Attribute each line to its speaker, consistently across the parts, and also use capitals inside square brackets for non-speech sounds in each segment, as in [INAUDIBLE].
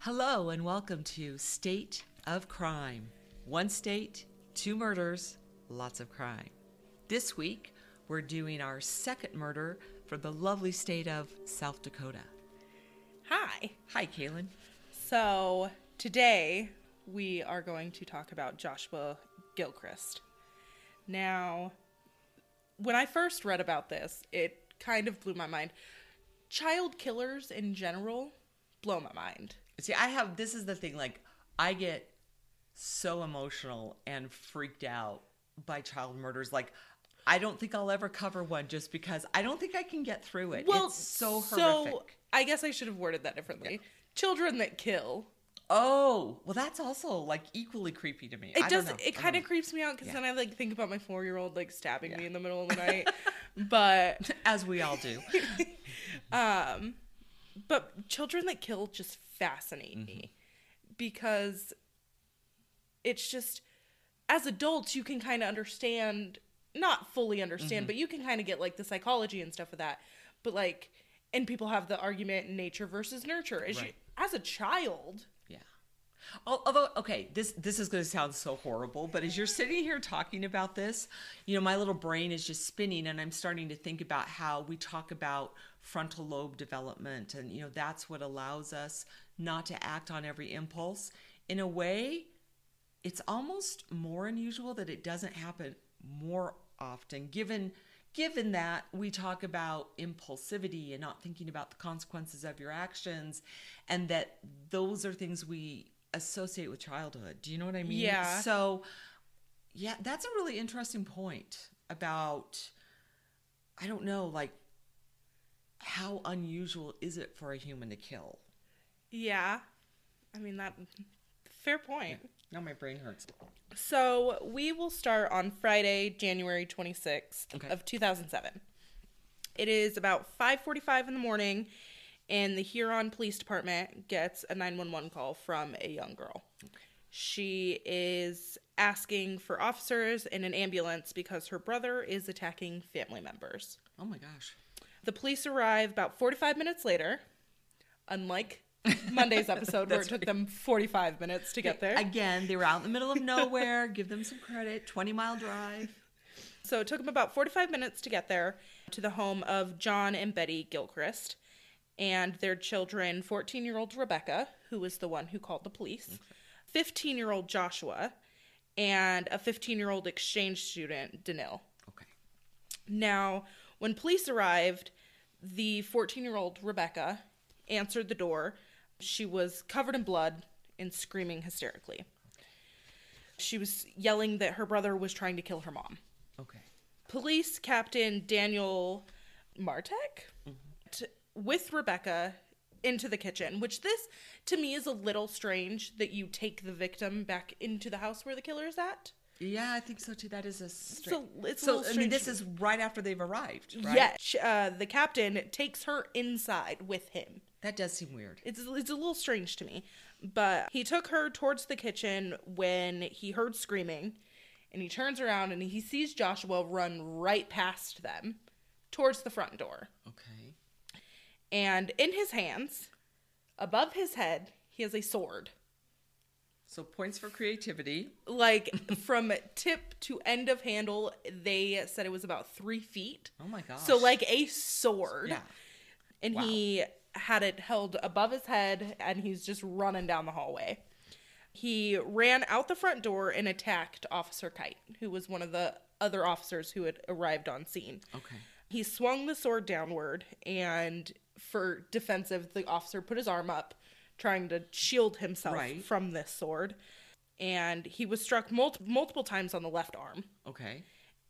Speaker 1: Hello and welcome to State of Crime. One state, two murders, lots of crime. This week, we're doing our second murder from the lovely state of South Dakota.
Speaker 2: Hi.
Speaker 1: Hi, Kaylin.
Speaker 2: So today we are going to talk about Joshua Gilchrist. Now, when I first read about this, it kind of blew my mind. Child killers in general blow my mind.
Speaker 1: See, I have this is the thing like I get so emotional and freaked out by child murders like I don't think I'll ever cover one just because I don't think I can get through it. it's so horrific.
Speaker 2: I guess I should have worded that differently. Children that kill.
Speaker 1: oh, well that's also like equally creepy to me.
Speaker 2: It
Speaker 1: I don't
Speaker 2: does.
Speaker 1: know. I
Speaker 2: It
Speaker 1: don't
Speaker 2: kind of
Speaker 1: know.
Speaker 2: creeps me out because
Speaker 1: Yeah.
Speaker 2: then I like think about my four year old like stabbing me in the middle
Speaker 1: [LAUGHS]
Speaker 2: of the night. but
Speaker 1: as we all
Speaker 2: [LAUGHS]
Speaker 1: do.
Speaker 2: Um, but children that kill just fascinate me because it's just as adults you can kind of understand, not fully understand, but you can kind of get like the psychology and stuff of that. But like, and people have the argument nature versus nurture. As you,
Speaker 1: Right.
Speaker 2: as a child,
Speaker 1: Yeah. Al- Although, okay, this this is going to sound so horrible, but as you're sitting here talking about this, you know, my little brain is just spinning, and I'm starting to think about how we talk about frontal lobe development, and you know, that's what allows us not to act on every impulse. In a way, it's almost more unusual that it doesn't happen more often given given that we talk about impulsivity and not thinking about the consequences of your actions and that those are things we associate with childhood do you know what i mean
Speaker 2: Yeah.
Speaker 1: so yeah that's a really interesting point about i don't know like how unusual is it for a human to kill
Speaker 2: yeah, I mean that. Fair point.
Speaker 1: now my brain hurts
Speaker 2: So we will start on Friday, January 26th
Speaker 1: Okay.
Speaker 2: of 2007. It is about 5:45 in the morning and the Huron Police Department gets a 911 call from a young girl. She is asking for officers and an ambulance because her brother is attacking family members.
Speaker 1: oh my gosh
Speaker 2: The police arrive about 45 minutes later, unlike
Speaker 1: [LAUGHS]
Speaker 2: Monday's episode where it took them 45 minutes to get there.
Speaker 1: Again, they were out in the middle of nowhere. [LAUGHS] Give them some credit. 20 mile drive.
Speaker 2: So it took him about 45 minutes to get there to the home of John and Betty Gilchrist and their children 14 year old Rebecca, who was the one who called the police, 15 year old Joshua, and a 15 year old exchange student, Danil.
Speaker 1: Okay.
Speaker 2: Now, when police arrived, the 14 year old Rebecca answered the door. She was covered in blood and screaming hysterically. She was yelling that her brother was trying to kill her mom.
Speaker 1: Okay.
Speaker 2: Police Captain Daniel Martek t- with Rebecca into the kitchen, which this to me is a little strange that you take the victim back into the house where the killer is at.
Speaker 1: Yeah, I think so too. That is a straight.
Speaker 2: it's a
Speaker 1: so,
Speaker 2: little
Speaker 1: I mean,
Speaker 2: strange
Speaker 1: this
Speaker 2: to
Speaker 1: is right after they've arrived, right?
Speaker 2: Yet sh- uh, the captain takes her inside with him.
Speaker 1: That does seem weird.
Speaker 2: It's it's a little strange to me, but he took her towards the kitchen when he heard screaming, and he turns around and he sees Joshua run right past them, towards the front door.
Speaker 1: Okay.
Speaker 2: and in his hands, above his head, he has a sword.
Speaker 1: So, points for creativity.
Speaker 2: Like [LAUGHS] from tip to end of handle, they said it was about three feet.
Speaker 1: Oh my gosh.
Speaker 2: So like a sword,
Speaker 1: yeah.
Speaker 2: and he had it held above his head, and he's just running down the hallway. He ran out the front door and attacked Officer Kite, who was one of the other officers who had arrived on scene.
Speaker 1: Okay.
Speaker 2: He swung the sword downward, and for defensive, the officer put his arm up, trying to shield himself
Speaker 1: Right.
Speaker 2: from this sword. And he was struck mul- multiple times on the left arm.
Speaker 1: Okay.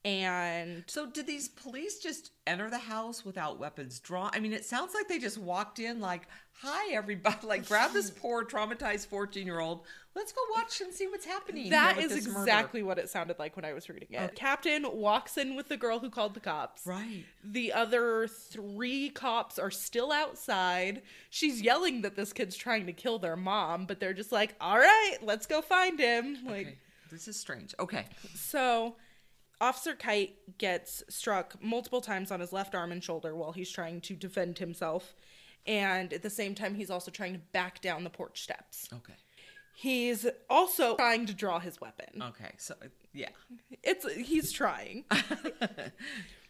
Speaker 2: And
Speaker 1: So, did these police just enter the house without weapons drawn? I mean, it sounds like they just walked in, like, hi, everybody. [LAUGHS] Like, grab
Speaker 2: [LAUGHS]
Speaker 1: this poor, traumatized 14 year old. Let's go watch and see what's happening. here
Speaker 2: that
Speaker 1: with
Speaker 2: is
Speaker 1: this murder." Oh.
Speaker 2: exactly what it sounded like when I was reading it. Captain walks in with the girl who called the cops.
Speaker 1: Right.
Speaker 2: The other three cops are still outside. She's yelling that this kid's trying to kill their mom, but they're just like, all right, let's go find him. Like,
Speaker 1: Okay. This is strange. Okay.
Speaker 2: So, Officer Kite gets struck multiple times on his left arm and shoulder while he's trying to defend himself. And at the same time, he's also trying to back down the porch steps.
Speaker 1: Okay.
Speaker 2: He's also trying to draw his weapon.
Speaker 1: Okay. So yeah. [LAUGHS]
Speaker 2: It's he's trying.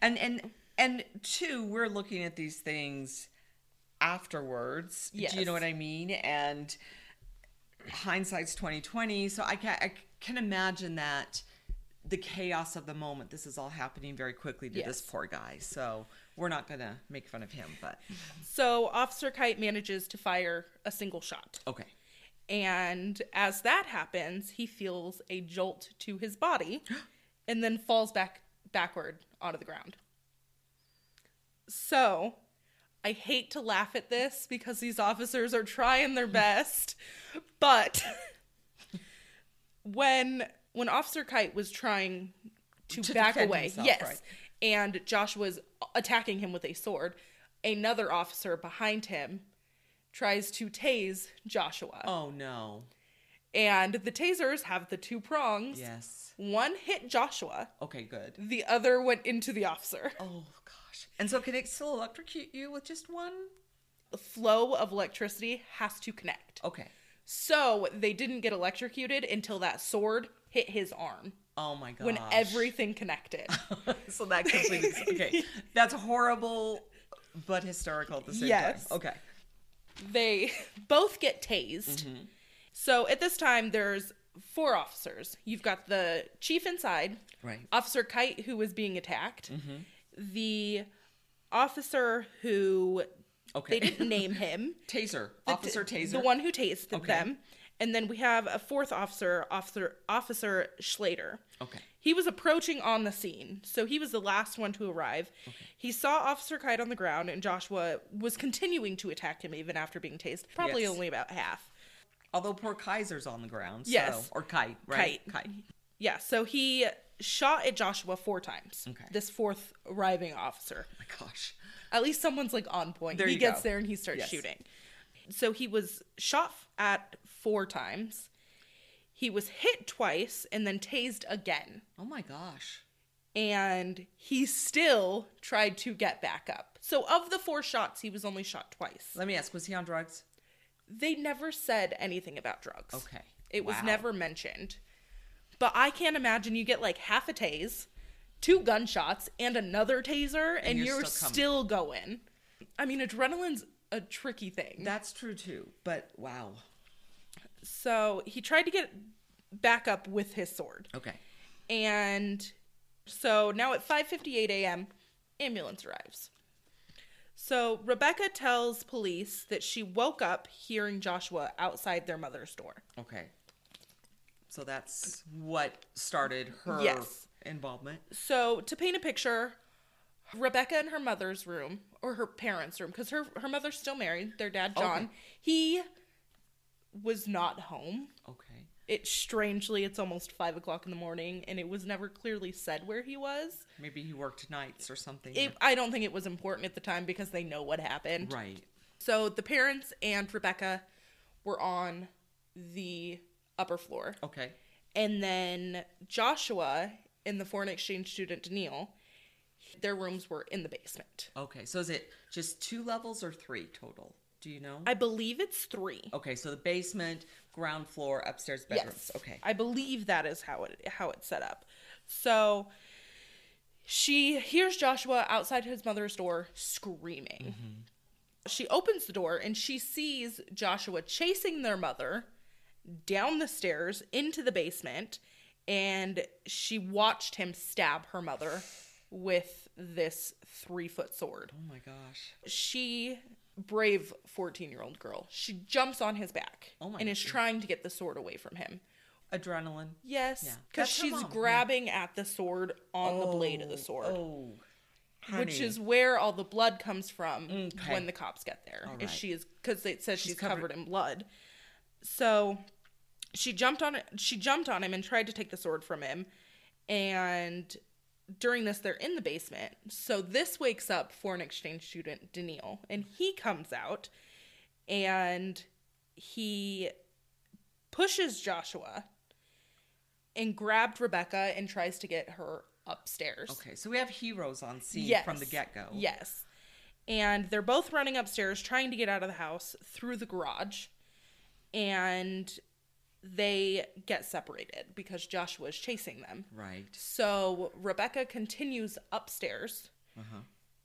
Speaker 1: and and and two, we're looking at these things afterwards. Do you
Speaker 2: Yes.
Speaker 1: know what I mean? And hindsight's twenty twenty. So I can I can imagine that the chaos of the moment. This is all happening very quickly to this
Speaker 2: Yes.
Speaker 1: poor guy. So we're not gonna make fun of him, but
Speaker 2: So Officer Kite manages to fire a single shot.
Speaker 1: okay.
Speaker 2: And as that happens, he feels a jolt to his body
Speaker 1: [GASPS]
Speaker 2: and then falls back backward onto the ground. So, I hate to laugh at this because these officers are
Speaker 1: [LAUGHS]
Speaker 2: trying their best, but when when Officer Kite was trying to,
Speaker 1: To
Speaker 2: back
Speaker 1: defend
Speaker 2: away,
Speaker 1: himself,
Speaker 2: yes,
Speaker 1: right.
Speaker 2: and Josh was attacking him with a sword, another officer behind him tries to tase Joshua.
Speaker 1: Oh no.
Speaker 2: And the tasers have the two prongs.
Speaker 1: Yes.
Speaker 2: One hit Joshua,
Speaker 1: Okay. Good.
Speaker 2: the other went into the officer.
Speaker 1: Oh gosh. And so can it still electrocute you with just one?
Speaker 2: The flow of electricity has to connect.
Speaker 1: Okay.
Speaker 2: So they didn't get electrocuted until that sword hit his arm
Speaker 1: Oh my gosh.
Speaker 2: when everything connected.
Speaker 1: [LAUGHS] so that completely okay. That's horrible, but hysterical at the same
Speaker 2: Yes.
Speaker 1: time. Okay.
Speaker 2: they both get tased.
Speaker 1: Mm-hmm.
Speaker 2: So at this time, there's four officers. You've got the chief inside,
Speaker 1: Right.
Speaker 2: Officer Kite, who was being attacked,
Speaker 1: Mm-hmm.
Speaker 2: the officer who
Speaker 1: Okay.
Speaker 2: they
Speaker 1: [LAUGHS]
Speaker 2: didn't name him,
Speaker 1: taser.
Speaker 2: the t-
Speaker 1: Officer Taser.
Speaker 2: the one who tased
Speaker 1: Okay.
Speaker 2: them, and then we have a fourth officer, Officer Officer Schlater.
Speaker 1: Okay.
Speaker 2: He was approaching on the scene, so he was the last one to arrive. He saw Officer Kite on the ground, and Joshua was continuing to attack him even after being tased, probably
Speaker 1: Yes.
Speaker 2: only about half.
Speaker 1: Although poor Kaiser's on the ground. So,
Speaker 2: Yes.
Speaker 1: Or kite. Right.
Speaker 2: Kite. Yeah, so he shot at Joshua four times.
Speaker 1: Okay.
Speaker 2: This fourth arriving officer.
Speaker 1: Oh my gosh.
Speaker 2: At least someone's like on point.
Speaker 1: There
Speaker 2: he
Speaker 1: you
Speaker 2: gets
Speaker 1: go.
Speaker 2: there and he starts
Speaker 1: Yes.
Speaker 2: shooting. So he was shot f- at four times. He was hit twice and then tased again.
Speaker 1: Oh my gosh.
Speaker 2: And he still tried to get back up. So of the four shots, he was only shot twice.
Speaker 1: Let me ask, was he on drugs?
Speaker 2: They never said anything about drugs.
Speaker 1: Okay.
Speaker 2: It was
Speaker 1: Wow.
Speaker 2: never mentioned. But I can't imagine you get like half a tase, two gunshots, and another taser, and,
Speaker 1: you're
Speaker 2: you're,
Speaker 1: still
Speaker 2: still,
Speaker 1: coming.
Speaker 2: going. I mean, adrenaline's a tricky thing.
Speaker 1: That's true too. But wow.
Speaker 2: so he tried to get back up with his sword.
Speaker 1: Okay.
Speaker 2: And so now at 5:58 a.m., ambulance arrives. So Rebecca tells police that she woke up hearing Joshua outside their mother's door.
Speaker 1: Okay. So that's what started her
Speaker 2: Yes.
Speaker 1: involvement.
Speaker 2: So, to paint a picture, Rebecca in her mother's room or her parents' room because her her mother's still married. Their dad John,
Speaker 1: Okay.
Speaker 2: he was not home.
Speaker 1: Okay.
Speaker 2: It strangely, it's almost five o'clock in the morning, and it was never clearly said where he was.
Speaker 1: Maybe he worked nights or something.
Speaker 2: It, I don't think it was important at the time because they know what happened.
Speaker 1: right.
Speaker 2: So the parents and Rebecca were on the upper floor.
Speaker 1: Okay.
Speaker 2: And then Joshua and the foreign exchange student Daniil, their rooms were in the basement.
Speaker 1: Okay, so is it just two levels or three total? Do you know?
Speaker 2: I believe it's three.
Speaker 1: okay, so the basement, ground floor, upstairs bedrooms. Okay.
Speaker 2: I believe that is how it how it's set up. So she hears Joshua outside his mother's door screaming.
Speaker 1: Mm-hmm.
Speaker 2: She opens the door and she sees Joshua chasing their mother down the stairs into the basement and she watched him stab her mother with this 3-foot sword.
Speaker 1: Oh my gosh.
Speaker 2: She brave 14-year-old girl. She jumps on his back
Speaker 1: Oh my
Speaker 2: and is
Speaker 1: goodness.
Speaker 2: trying to get the sword away from him.
Speaker 1: Adrenaline.
Speaker 2: Yes,
Speaker 1: Yeah.
Speaker 2: because
Speaker 1: That's her
Speaker 2: she's
Speaker 1: mom, yeah.
Speaker 2: grabbing at the sword on the blade of the
Speaker 1: Oh,
Speaker 2: sword,
Speaker 1: Oh.
Speaker 2: which
Speaker 1: honey.
Speaker 2: is where all the blood comes from
Speaker 1: Okay.
Speaker 2: when the cops get there.
Speaker 1: All
Speaker 2: Is
Speaker 1: right.
Speaker 2: she is because it says she's,
Speaker 1: covered-
Speaker 2: covered in blood. So she jumped on it. She jumped on him and tried to take the sword from him. And during this, they're in the basement. So this wakes up foreign exchange student Daniil, and he comes out and he pushes Joshua and grabbed Rebecca and tries to get her upstairs.
Speaker 1: Okay, so we have heroes on scene from the get go.
Speaker 2: Yes. and they're both running upstairs trying to get out of the house through the garage and they get separated because Joshua is chasing them.
Speaker 1: Right.
Speaker 2: So Rebecca continues upstairs
Speaker 1: Uh-huh.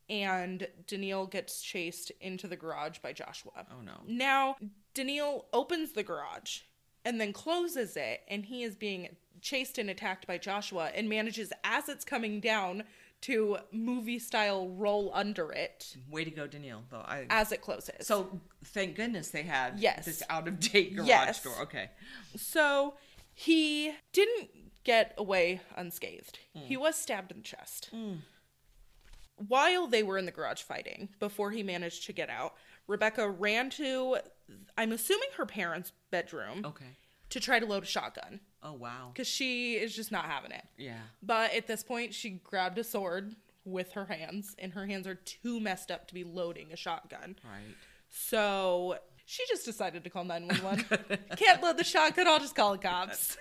Speaker 2: and Daniil gets chased into the garage by Joshua.
Speaker 1: Oh no.
Speaker 2: Now, Daniil opens the garage and then closes it, and he is being chased and attacked by Joshua and manages, as it's coming down, to movie style roll under it
Speaker 1: Way to go, Danielle. Though I
Speaker 2: as it closes.
Speaker 1: so thank goodness they had
Speaker 2: Yes.
Speaker 1: this out of date garage
Speaker 2: Yes.
Speaker 1: door. Okay.
Speaker 2: So he didn't get away unscathed. He was stabbed in the chest. While they were in the garage fighting, before he managed to get out, Rebecca ran to, I'm assuming her parents' bedroom,
Speaker 1: Okay.
Speaker 2: to try to load a shotgun
Speaker 1: Oh wow.
Speaker 2: because she is just not having it.
Speaker 1: Yeah.
Speaker 2: But at this point, she grabbed a sword with her hands, and her hands are too messed up to be loading a shotgun.
Speaker 1: Right.
Speaker 2: So she just decided to call 911. Can't load the shotgun, I'll just call the cops.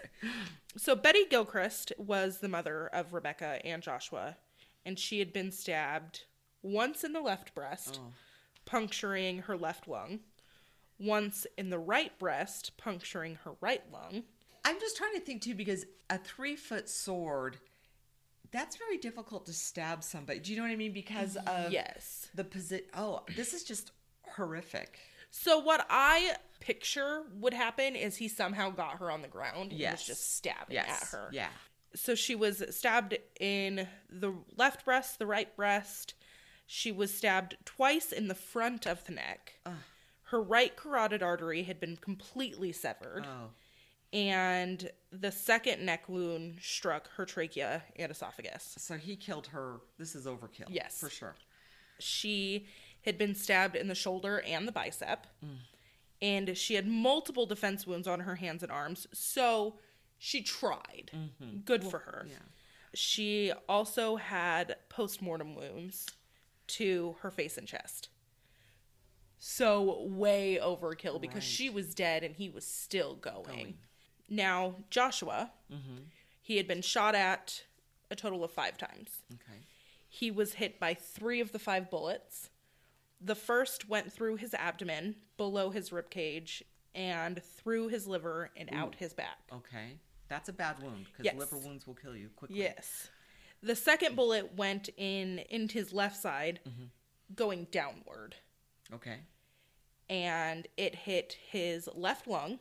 Speaker 2: So Betty Gilchrist was the mother of Rebecca and Joshua, and she had been stabbed once in the left breast,
Speaker 1: Oh.
Speaker 2: puncturing her left lung, once in the right breast, puncturing her right lung.
Speaker 1: I'm just trying to think too because a three foot sword, that's very difficult to stab somebody. Do you know what I mean? Because of
Speaker 2: yes.
Speaker 1: the position. Oh, this is just horrific.
Speaker 2: So what I picture would happen is he somehow got her on the ground and
Speaker 1: Yes.
Speaker 2: was just stabbing
Speaker 1: Yes.
Speaker 2: at her.
Speaker 1: Yeah.
Speaker 2: So she was stabbed in the left breast, the right breast. She was stabbed twice in the front of the neck. Her right carotid artery had been completely severed,
Speaker 1: Oh.
Speaker 2: and the second neck wound struck her trachea and esophagus.
Speaker 1: So he killed her. This is overkill.
Speaker 2: Yes.
Speaker 1: For sure.
Speaker 2: she had been stabbed in the shoulder and the bicep and she had multiple defense wounds on her hands and arms so she tried good for her
Speaker 1: Mm-hmm. yeah.
Speaker 2: she also had post-mortem wounds to her face and chest so way overkill because
Speaker 1: Right.
Speaker 2: she was dead and he was still going, now joshua
Speaker 1: Mm-hmm.
Speaker 2: he had been shot at a total of five times
Speaker 1: Okay.
Speaker 2: he was hit by three of the five bullets. The first went through his abdomen, below his ribcage, and through his liver and out his back.
Speaker 1: Okay. That's a bad wound because
Speaker 2: Yes.
Speaker 1: liver wounds will kill you quickly.
Speaker 2: Yes. The second bullet went in into his left side,
Speaker 1: Mm-hmm.
Speaker 2: going downward,
Speaker 1: Okay.
Speaker 2: and it hit his left lung,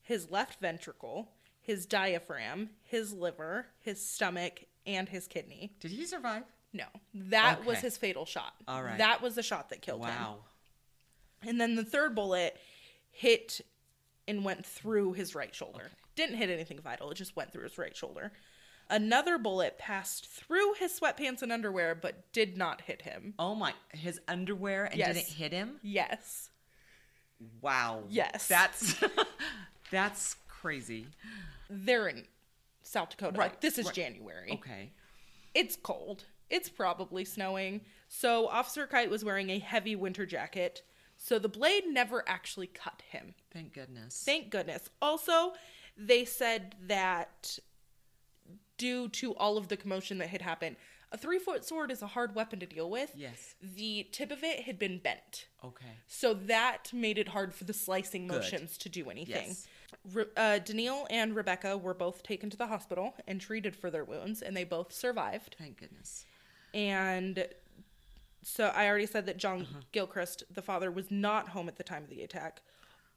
Speaker 2: his left ventricle, his diaphragm, his liver, his stomach, and his kidney.
Speaker 1: Did he survive?
Speaker 2: No, that was
Speaker 1: Okay.
Speaker 2: his fatal shot.
Speaker 1: All right.
Speaker 2: That was the shot that killed him.
Speaker 1: Wow.
Speaker 2: And then the third bullet hit and went through his right shoulder. Didn't hit anything vital, it just went through his right shoulder. Another bullet passed through his sweatpants and underwear, but did not hit him.
Speaker 1: Oh my. His underwear and
Speaker 2: Yes.
Speaker 1: didn't hit him?
Speaker 2: Yes.
Speaker 1: Wow.
Speaker 2: Yes.
Speaker 1: That's. [LAUGHS] that's crazy.
Speaker 2: They're in South Dakota.
Speaker 1: Right,
Speaker 2: This is
Speaker 1: right.
Speaker 2: January.
Speaker 1: Okay.
Speaker 2: It's cold. It's probably snowing. So, Officer Kite was wearing a heavy winter jacket. So, the blade never actually cut him.
Speaker 1: Thank goodness.
Speaker 2: Thank goodness. Also, they said that due to all of the commotion that had happened, a three foot sword is a hard weapon to deal with.
Speaker 1: yes.
Speaker 2: The tip of it had been bent.
Speaker 1: Okay.
Speaker 2: So that made it hard for the slicing
Speaker 1: Good.
Speaker 2: motions to do anything.
Speaker 1: Yes.
Speaker 2: Re- uh, Daniil and Rebecca were both taken to the hospital and treated for their wounds, and they both survived.
Speaker 1: Thank goodness.
Speaker 2: And so I already said that John
Speaker 1: Uh-huh.
Speaker 2: Gilchrist, the father, was not home at the time of the attack.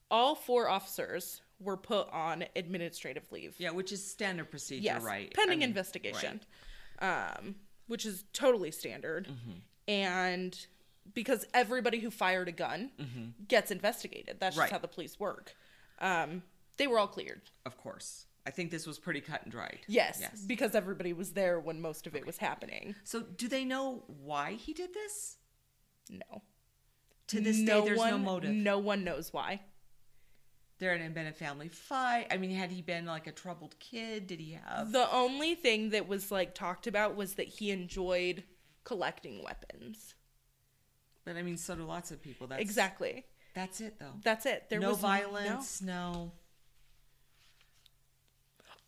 Speaker 2: All four officers were put on administrative leave.
Speaker 1: Yeah, which is standard procedure,
Speaker 2: yes,
Speaker 1: right?
Speaker 2: pending
Speaker 1: I mean,
Speaker 2: investigation, um, which is totally standard.
Speaker 1: Mm-hmm.
Speaker 2: And because everybody who fired a gun gets investigated, that's
Speaker 1: Mm-hmm. Right.
Speaker 2: just how the police work. Um, they were all cleared.
Speaker 1: Of course. I think this was pretty cut and dried.
Speaker 2: Yes,
Speaker 1: Yes.
Speaker 2: because everybody was there when most of it was happening.
Speaker 1: So, do they know why he did this?
Speaker 2: No.
Speaker 1: To this day, there's
Speaker 2: one,
Speaker 1: no motive.
Speaker 2: No one knows why.
Speaker 1: There had been a family fight. I mean, had he been like a troubled kid? Did he have?
Speaker 2: The only thing that was like talked about was that he enjoyed collecting weapons.
Speaker 1: But I mean, so do lots of people. That's
Speaker 2: exactly.
Speaker 1: That's it, though.
Speaker 2: That's it. There
Speaker 1: no
Speaker 2: was
Speaker 1: violence. No.
Speaker 2: no-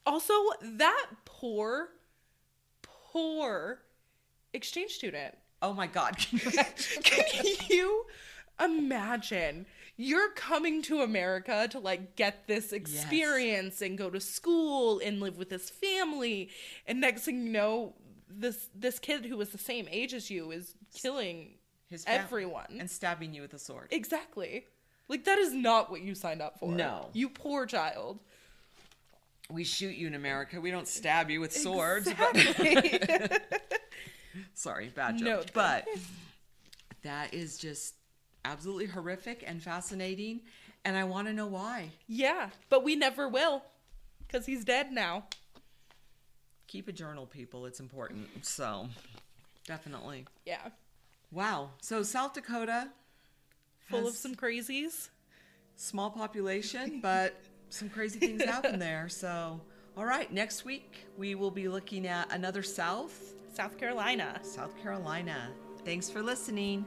Speaker 2: Also, that poor, poor exchange student [LAUGHS]
Speaker 1: Oh my God. [LAUGHS]
Speaker 2: Can you imagine? You're coming to America to like get this experience and go to school and live with this family, and next thing you know, this this kid who was the same age as you is killing
Speaker 1: His fam-
Speaker 2: everyone.
Speaker 1: And stabbing you with a sword.
Speaker 2: exactly. Like that is not what you signed up for.
Speaker 1: No.
Speaker 2: you poor child.
Speaker 1: we shoot you in America. We don't stab you with swords. but-
Speaker 2: Exactly.
Speaker 1: [LAUGHS] sorry, bad joke.
Speaker 2: No,
Speaker 1: but that is just absolutely horrific and fascinating. And I want to know why.
Speaker 2: yeah, but we never will, because he's dead now.
Speaker 1: Keep a journal, people. It's important. So, definitely.
Speaker 2: Yeah,
Speaker 1: Wow. So, South Dakota,
Speaker 2: full of
Speaker 1: Has-
Speaker 2: some crazies.
Speaker 1: small population, but some crazy things happen there. So, all right. Next week, we will be looking at another South,
Speaker 2: South Carolina.
Speaker 1: South Carolina. Thanks for listening.